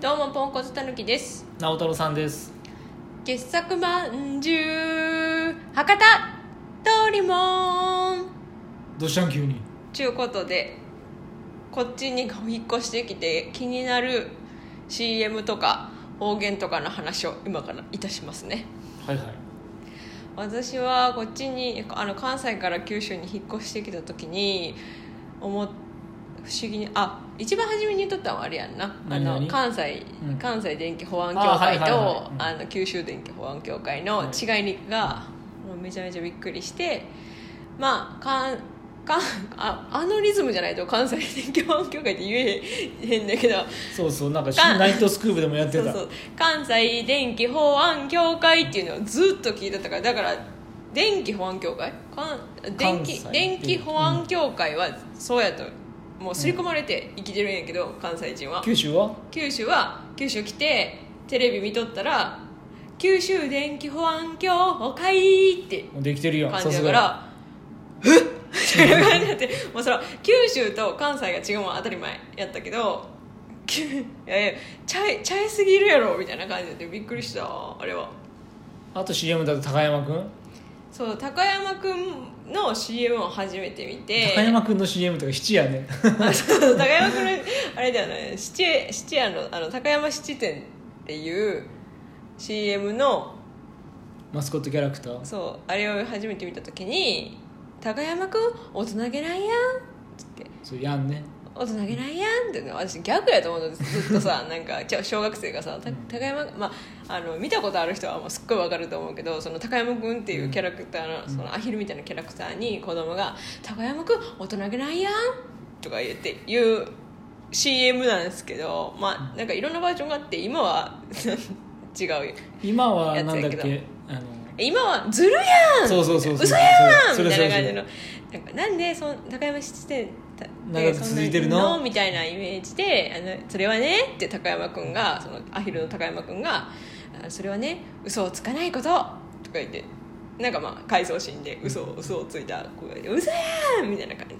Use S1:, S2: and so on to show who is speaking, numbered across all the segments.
S1: どうもポンコツたぬきです
S2: 直太朗さんです
S1: 傑作まんじゅう博多通りもん
S2: どうしたん急に
S1: ちゅうことでこっちにお引っ越してきて気になる CM とか方言とかの話を今からいたしますね
S2: はいはい
S1: 私はこっちにあの関西から九州に引っ越してきた時に思っ不思議にあ一番初めに言っとったのはあれやんなあ
S2: 何
S1: の
S2: 々
S1: 関西、
S2: うん
S1: 関西電気保安協
S2: あは
S1: 会
S2: いはいはい
S1: と
S2: うん
S1: あの九州電気保安協会の違いにが、もうめちゃめちゃびっくりしてまあかんかんああのリズムじゃないと関西電気保安協会って言えへんだけど
S2: そうそうなんか
S1: か
S2: ナイトスクープでもやって
S1: そう
S2: た
S1: そう関西電気法案協会っていうのをずっと聞いてたからだから電気保安協会かん電気
S2: 関西電気
S1: 電気保安協会はそうやともう刷り込まれて生きてるんやけど関西人は
S2: 九州は
S1: 九州は九州来てテレビ見とったら「九州電気保安協会」って
S2: もうできてるよ
S1: 感
S2: さ
S1: じだ
S2: す
S1: か
S2: が
S1: ら「えっ!」っていう感じになって もうそれは九州と関西が違うもん当たり前やったけど きゅいやいやちゃいちゃいすぎるやろみたいな感じでびっくりしたあれは
S2: あと CM だと高山君
S1: そう高山君の CM を初めて見て
S2: 高山君の CM とか七やね
S1: あそう 高山君のあれだよね七重七夜のあの高山七店っていう CM の
S2: マスコットキャラクター
S1: そうあれを初めて見た時に「高山君大人げないやん」つって
S2: そうやんね
S1: 大人げないやんってね私ギャグやと思うのずっとさ なんかちょ小学生がさた高山、まあ、あの見たことある人はもうすっごいわかると思うけどその高山君っていうキャラクターの,、そのアヒルみたいなキャラクターに子供が「高山君大人げないやん」とか言って言う CM なんですけどまあなんかいろんなバージョンがあって今は 違うよ
S2: 今はなんだっ
S1: やつや
S2: けあの
S1: 今は「ずるやん!」
S2: そうそうそうそう
S1: 嘘やん!」
S2: そ
S1: み
S2: れ
S1: た
S2: それ
S1: いな感じのなんかなんでそん高山質店た
S2: 長く続いてるの
S1: そんなにみたいなイメージで「あのそれはね」って高山君がそのアヒルの高山君が「あそれはね嘘をつかないこと」とか言ってなんかまあ回想シーンで嘘を嘘をついた子がいて「嘘やん!」みたいな感じ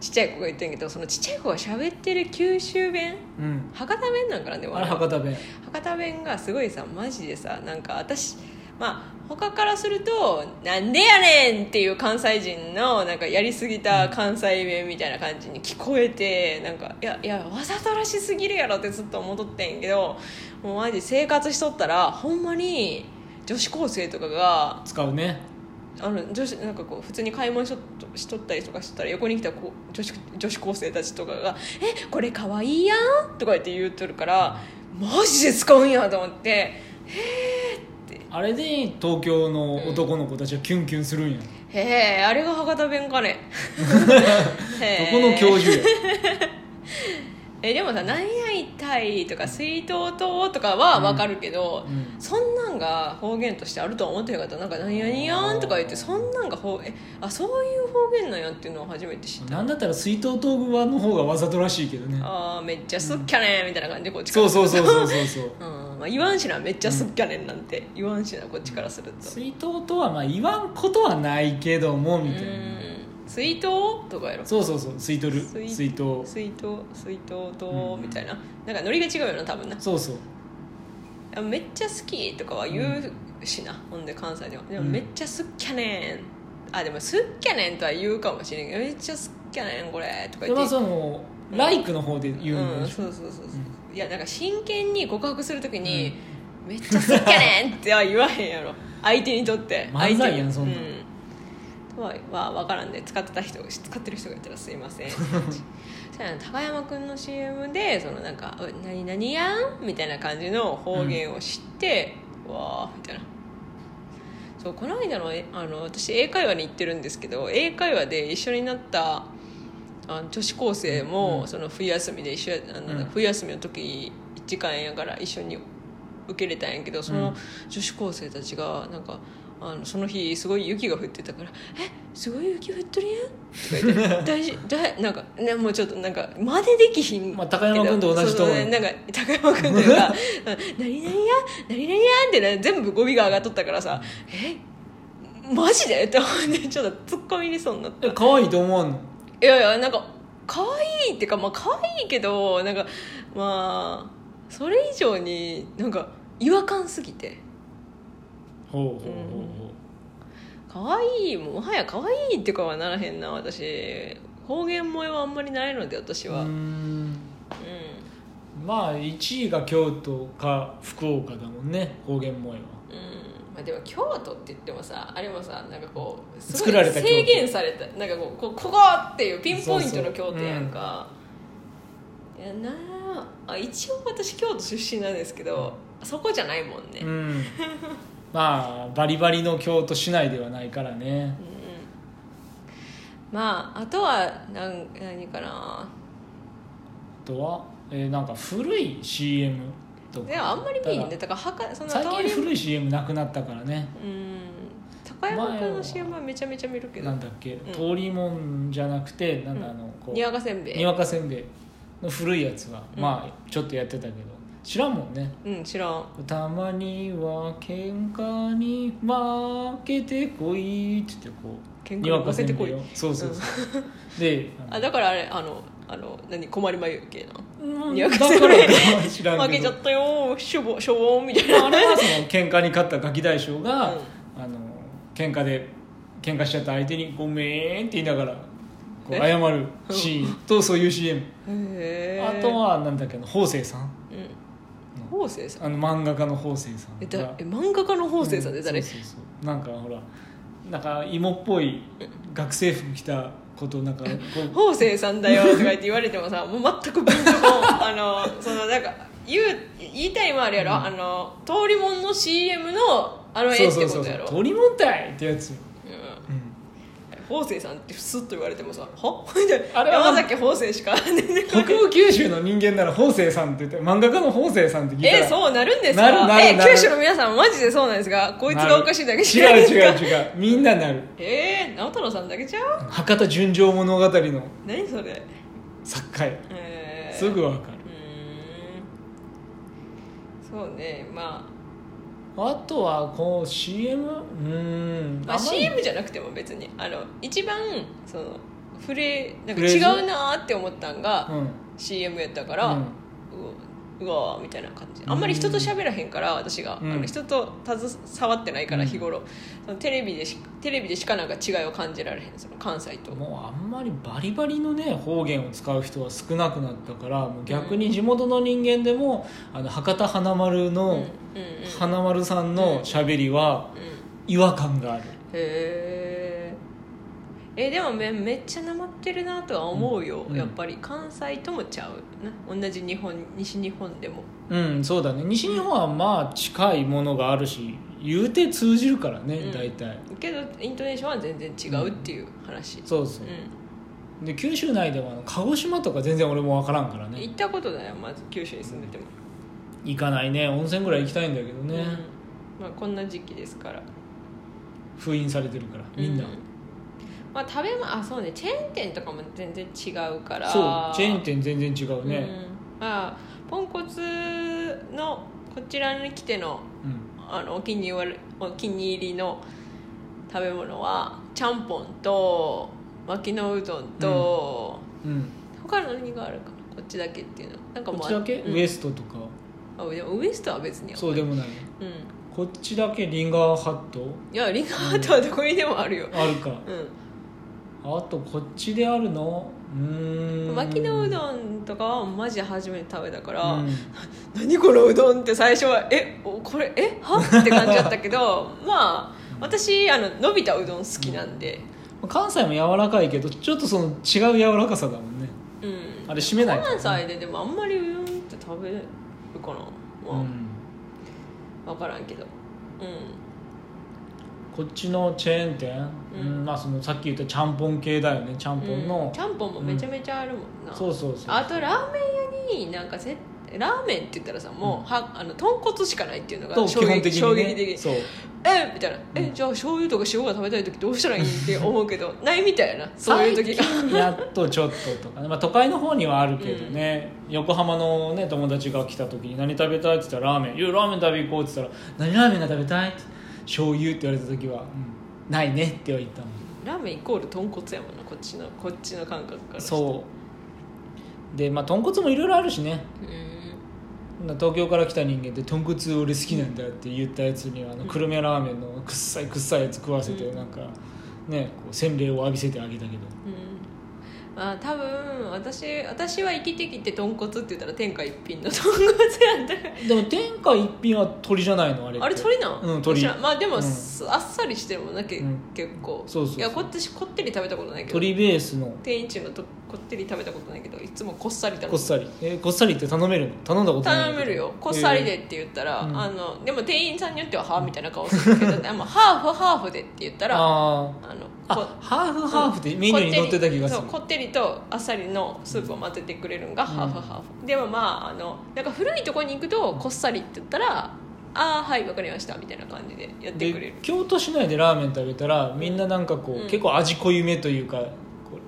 S1: ちっちゃい子が言ってんけどそのちっちゃい子が喋ってる九州弁
S2: うん
S1: 博多弁なんかなでも
S2: あれ博多弁
S1: 博多弁がすごいさマジでさなんか私まあ他からすると「なんでやねん!」っていう関西人のなんかやりすぎた関西弁みたいな感じに聞こえてなんかいやいやわざとらしすぎるやろってずっと思っとってんけどもうマジ生活しとったらほんまに女子高生とかが
S2: 使うね
S1: あの女子なんかこう普通に買い物しとしとったりとかしてたら横に来たこう女子女子高生たちとかが「えこれかわいいやん」とか言って言うとるからマジで使うんやと思って
S2: あれで東京の男の子たちはキュンキュンするんやど
S1: 「へえあれが博多弁か ね」へ
S2: この教授や
S1: えでもさ「何やいたい」とか「水筒と」とかは分かるけど、
S2: うんうん
S1: そんなんが方言としてあるとは思ってなかったなんか「何やにやん」とか言ってそんなんが方えあそういう方言なんやっていうのを初めて知った
S2: なんだったら水筒東部はの方がわざとらしいけどね
S1: あーめっちゃすっきゃねみたいな感じでこっちから
S2: そうそうそうそうそうそう
S1: うんまあ、言わんしなめっちゃすっきゃねんなんて、言わんしなこっちからすると
S2: 水筒とはまあ言わんことはないけどもみたいな
S1: うん水筒とかやろ
S2: そうそうそう水筒る
S1: 水
S2: 水筒
S1: 水筒水筒と、
S2: うん
S1: みたいななんかノリが違うよな多分な
S2: そうそう
S1: あめっちゃ好きとかは言うしな、ほんで関西ではでも
S2: うん
S1: めっちゃすっきゃねんあでもすっきゃねんとは言うかもしれんけどめっちゃすっきゃねんこれとか
S2: で
S1: 言って
S2: まあそのライクの方で言うん
S1: ん、
S2: でし
S1: そ
S2: ょ、
S1: うそうそうそう、いやなんか真剣に告白するときに、めっちゃ好きやねんっては言わへんやろ 相手にとって
S2: 漫才やん
S1: 相手に
S2: そんな
S1: う
S2: ん
S1: んとはは分からんで使ってた人使ってる人がいたらすいま せんそうやな高山君の CM でそのなんか「う何々やん?」みたいな感じの方言を知って、うわあみたいなそうこの間のえあの私英会話に行ってるんですけど英会話で一緒になったあ女子高生も、
S2: うん
S1: その冬休みで一緒やあの、
S2: うん
S1: 冬休みの時1時間やから一緒に受けれたんやけどその女子高生たちがなんかあのその日すごい雪が降ってたから「えすごい雪降ってるやん」とか言って「大事だなんかねもうちょっとなんか真似できひん」
S2: まあ高山君と同じと思
S1: そうそう
S2: う
S1: ねなんか高山君という か「何々や何々や」ってね全部語尾が上がっとったからさ「えマジで?」って思ってちょっと突っ込みにそうになった
S2: え可愛いと思わんの
S1: いやいやなんか可愛いっていうかまあ可愛いけどなんかまあそれ以上になんか違和感すぎて
S2: ほうほうほうほう
S1: 可愛いもはや可愛いってかはならへんな私方言萌えはあんまりないので私は、
S2: うー
S1: うん
S2: んまあ1位が京都か福岡だもんね方言萌え
S1: う
S2: は
S1: んまあ、でも京都って言ってもさあれもさなんかこうすごい
S2: 作られた京都
S1: 制限されたなんかこうこうここっていうピンポイントの京都やんかいやなああ一応私京都出身なんですけどそこじゃないもんね、
S2: う
S1: うん
S2: んまあバリバリの京都市内ではないからね
S1: まああとはなん何かな
S2: あとは、えーなんか古い CM とか
S1: でもあんまり見えへんね
S2: ただ
S1: だからはかその
S2: 最近
S1: 通り
S2: 古い CM なくなったからね
S1: うん高山君の CM はめちゃめちゃ見るけど
S2: なんだっけ、通りもんじゃなくてなんだあの、こう
S1: にわかせんべ
S2: に
S1: い
S2: わかせんべいの古いやつは、
S1: うん
S2: まあちょっとやってたけど知らんもんね
S1: うん知らん
S2: たまには喧嘩に負けてこいって言ってこう
S1: 喧嘩に
S2: にわかせんべい
S1: 負けて
S2: をそうそうそう、であ の
S1: あだからあれあのあの何困りまゆ系な
S2: うん
S1: にわ
S2: だ
S1: か
S2: か
S1: せ
S2: ら
S1: んべい
S2: か知らん
S1: 負
S2: け
S1: けちゃ
S2: ど
S1: ったよしょぼしょぼんみたいな
S2: まああれはその喧嘩に勝ったガキ大将が、
S1: うん
S2: あの喧嘩で喧嘩しちゃった相手に「ごめん」って言いながらこう
S1: え
S2: 謝るシーンとそういう CM
S1: へえ
S2: あとはなんだっけな法政さん
S1: うん法政さん
S2: あの漫画家の法政さん
S1: え
S2: が
S1: だえ漫画家の法政さんで誰
S2: うそうそうそうなんかほらなんか芋っぽい学生服着たことな んかこう
S1: 法政さんだよとか言って言われても さもう全くピンとこんあのそのなんか言う言いたいもあるやろ、
S2: うん
S1: あの通りもんの CM のあの絵ってことやろう
S2: 鳥もんたいってやつよ、
S1: ん
S2: うん
S1: 法政さんってスッと言われてもさ「は みたいな
S2: あれは
S1: 山崎法政し か
S2: 北部九州の人間なら法政さんって言って漫画家の法政さんって聞いたら
S1: えそうなるんですか
S2: なるなる
S1: え
S2: なる
S1: 九州の皆さんマジでそうなんですがこいつ
S2: な
S1: が
S2: る
S1: おかしいだけじゃない
S2: 違
S1: で
S2: う
S1: すか
S2: 違う違うみんななる
S1: えー、直太朗さんだけちゃう
S2: 博多純情物語の
S1: 何それ
S2: 作家や
S1: えー、
S2: すぐ
S1: う
S2: わかる
S1: ーんそうねま
S2: あとはこう CM うーん
S1: あ、まあ、
S2: んまり
S1: CM じゃなくても別にあの一番その触れなんか
S2: フレーズ
S1: 違うなーって思ったんが、
S2: うん
S1: CM やったから、う
S2: うん
S1: うわーみたいな感じあんまり人と喋らへんから私が、
S2: うん
S1: あの人と携わってないから
S2: うん
S1: 日頃、そのテレビでしテレビでしかなんか違いを感じられへんその関西と
S2: もうあんまりバリバリのね方言を使う人は少なくなったからもう逆に地元の人間でもあの博多華丸
S1: うんうんうん
S2: の華丸さんのしゃべりは
S1: うん
S2: 違和感がある
S1: へーえでもめめっちゃなまってるなとは思うよ、
S2: うん
S1: やっぱり関西ともちゃうな同じ日本西日本でも
S2: うんそうだね西日本はまあ近いものがあるし言うて通じるからね、
S1: うん
S2: 大体
S1: けどイントネーションは全然違うっていう話、うん
S2: そうそう、で九州内でもあの鹿児島とか全然俺も分からんからね
S1: 行ったことないよまず九州に住んでても
S2: 行かないね温泉ぐらい行きたいんだけどね、
S1: うんまあ、こんな時期ですから
S2: 封印されてるからみんな、
S1: うまあ、食べまあそうねチェーン店とかも全然違うから
S2: そうチェーン店全然違う
S1: う
S2: ね、
S1: んまあポンコツのこちらに来ての
S2: うん
S1: あのお気に入りお気に入りの食べ物はちゃんぽんと薪のうどんと、
S2: うん
S1: 他の何があるかなこっちだけっていうのなんか
S2: こ
S1: もう
S2: っちだけ、
S1: うん
S2: ウエストとか
S1: あでもウエストは別に
S2: そうでもない
S1: うん
S2: こっちだけリンガーハット
S1: いやリンガーハットはどこにでもあるよ、
S2: あるか
S1: うん
S2: あとこっちであるのうーん
S1: 薪のう
S2: うん
S1: どんとかはマジで初めて食べたから、
S2: うん
S1: 何このうどんって最初はえおこれえはって感じだったけど まあ私あの伸びたうどん好きなんで
S2: 関西も柔らかいけどちょっとその違う柔らかさだもんね
S1: うん
S2: あれ締めないから
S1: 関西ででもあんまりうどんって食べるかな、
S2: う
S1: ま
S2: ん
S1: あ、分からんけどうん
S2: こっちのチェーン店、
S1: う
S2: うんんまあ、そのさっき言ったちゃんぽん系だよねちゃんぽん
S1: うん
S2: の、
S1: ちゃんぽんもめちゃめちゃあるもんな、
S2: そうそうそう
S1: あとラーメン屋になんかぜラーメンって言ったらさもう、
S2: うん
S1: はあの豚骨しかないっていうのが
S2: と基
S1: 衝撃
S2: 本的
S1: 衝
S2: に、
S1: 撃的
S2: ね、そう
S1: えみたいな、え
S2: うん
S1: じゃあ醤油とか塩が食べたい時どうしたらいいって思うけどないみたいなそういう時が
S2: 最近やっとちょっととかね、まあ、都会の方にはあるけどね、横浜の、ね、友達が来た時に「何食べたい?」って言ったら「ラーメン」「いやラーメン食べ行こう」って言ったら「何ラーメンが食べたい?」って「醤油」って言われた時は「うんないね」っては言ったもん
S1: ラーメンイコール豚骨やもんなこっちのこっちの感覚からして
S2: そうでまあ豚骨もいろいろあるしね
S1: うん
S2: な東京から来た人間って豚骨俺好きなんだって言ったやつにはあの黒目ラーメンのくっさいくっさいやつ食わせて
S1: うん
S2: なんかねこう洗礼を浴びせてあげた
S1: う
S2: けど
S1: んまあ多分私私は生きてきて豚骨って言ったら天下一品の豚骨やったから
S2: でも天下一品は鳥じゃないのあれって
S1: あれ鳥なん、
S2: うん鳥
S1: 知らんまあでも、
S2: うん
S1: すあっさりしてるもんなけ、
S2: うん
S1: 結構
S2: そうそうそう
S1: やこってしこってり食べたことないけど
S2: 鳥ベースの
S1: 天一のとこってり食べたことないけどいつもこっさり食べ
S2: こっさりえこっさりって頼めるの頼んだことない
S1: 頼めるよこっさりで
S2: え
S1: って言ったら、
S2: うん
S1: あのでも店員さんによっては「はあ」みたいな顔するけどでもハーフハーフでって言った
S2: ー
S1: らあ
S2: あ
S1: の
S2: ーあハーフハーフってメニューに載ってた気がする
S1: こってりそうこってりとあっさりのスープを混ぜてくれるのがハーフハーフ、でもまああのなんか古いとこに行くとこっさりって言ったら「ああはいわかりました」みたいな感じでやってくれ
S2: で
S1: る
S2: 京都市内でラーメン食べたらみんななんかこう、
S1: うん
S2: 結構味濃いめというかこう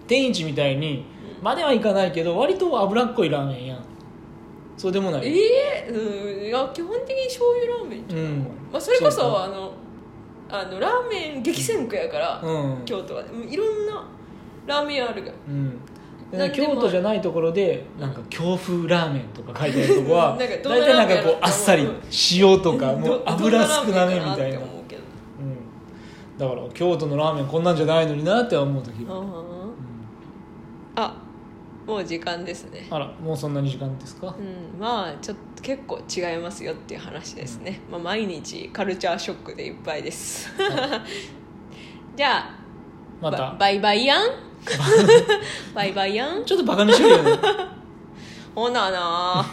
S2: 天一みたいにまではいかないけど割と脂っこいラーメンやんそうでもない
S1: ええうんいや基本的に醤油ラーメンじゃない、
S2: うん
S1: まあ、それこそ
S2: そうか
S1: あのあのラーメン激戦区やから、
S2: うん、
S1: 京都はうんいろんなラーメン屋あるが
S2: うんで
S1: なんでも
S2: 京都じゃないところでなんか京風ラーメンとか書いてあるとこ
S1: な
S2: は
S1: んか
S2: 大
S1: どんな
S2: 体なんかこ
S1: ラーメン
S2: う
S1: やろうって思う
S2: あっさり塩とかもう
S1: ど
S2: 油少なめみ
S1: どんラー
S2: た
S1: メ
S2: い
S1: ン
S2: な
S1: かって思うけど
S2: うん、だから京都のラーメンこんなんじゃないのになって思う時、うん、
S1: あもう時間ですね
S2: あらもうそんなに時間ですか
S1: うんまあちょっと結構違いますよっていう話ですね、まあ、毎日カルチャーショックでいっぱいです じゃあ
S2: ま
S1: ば
S2: た
S1: バイバイや んバイバイやん
S2: ちょっとバカにしてるよね
S1: ほなな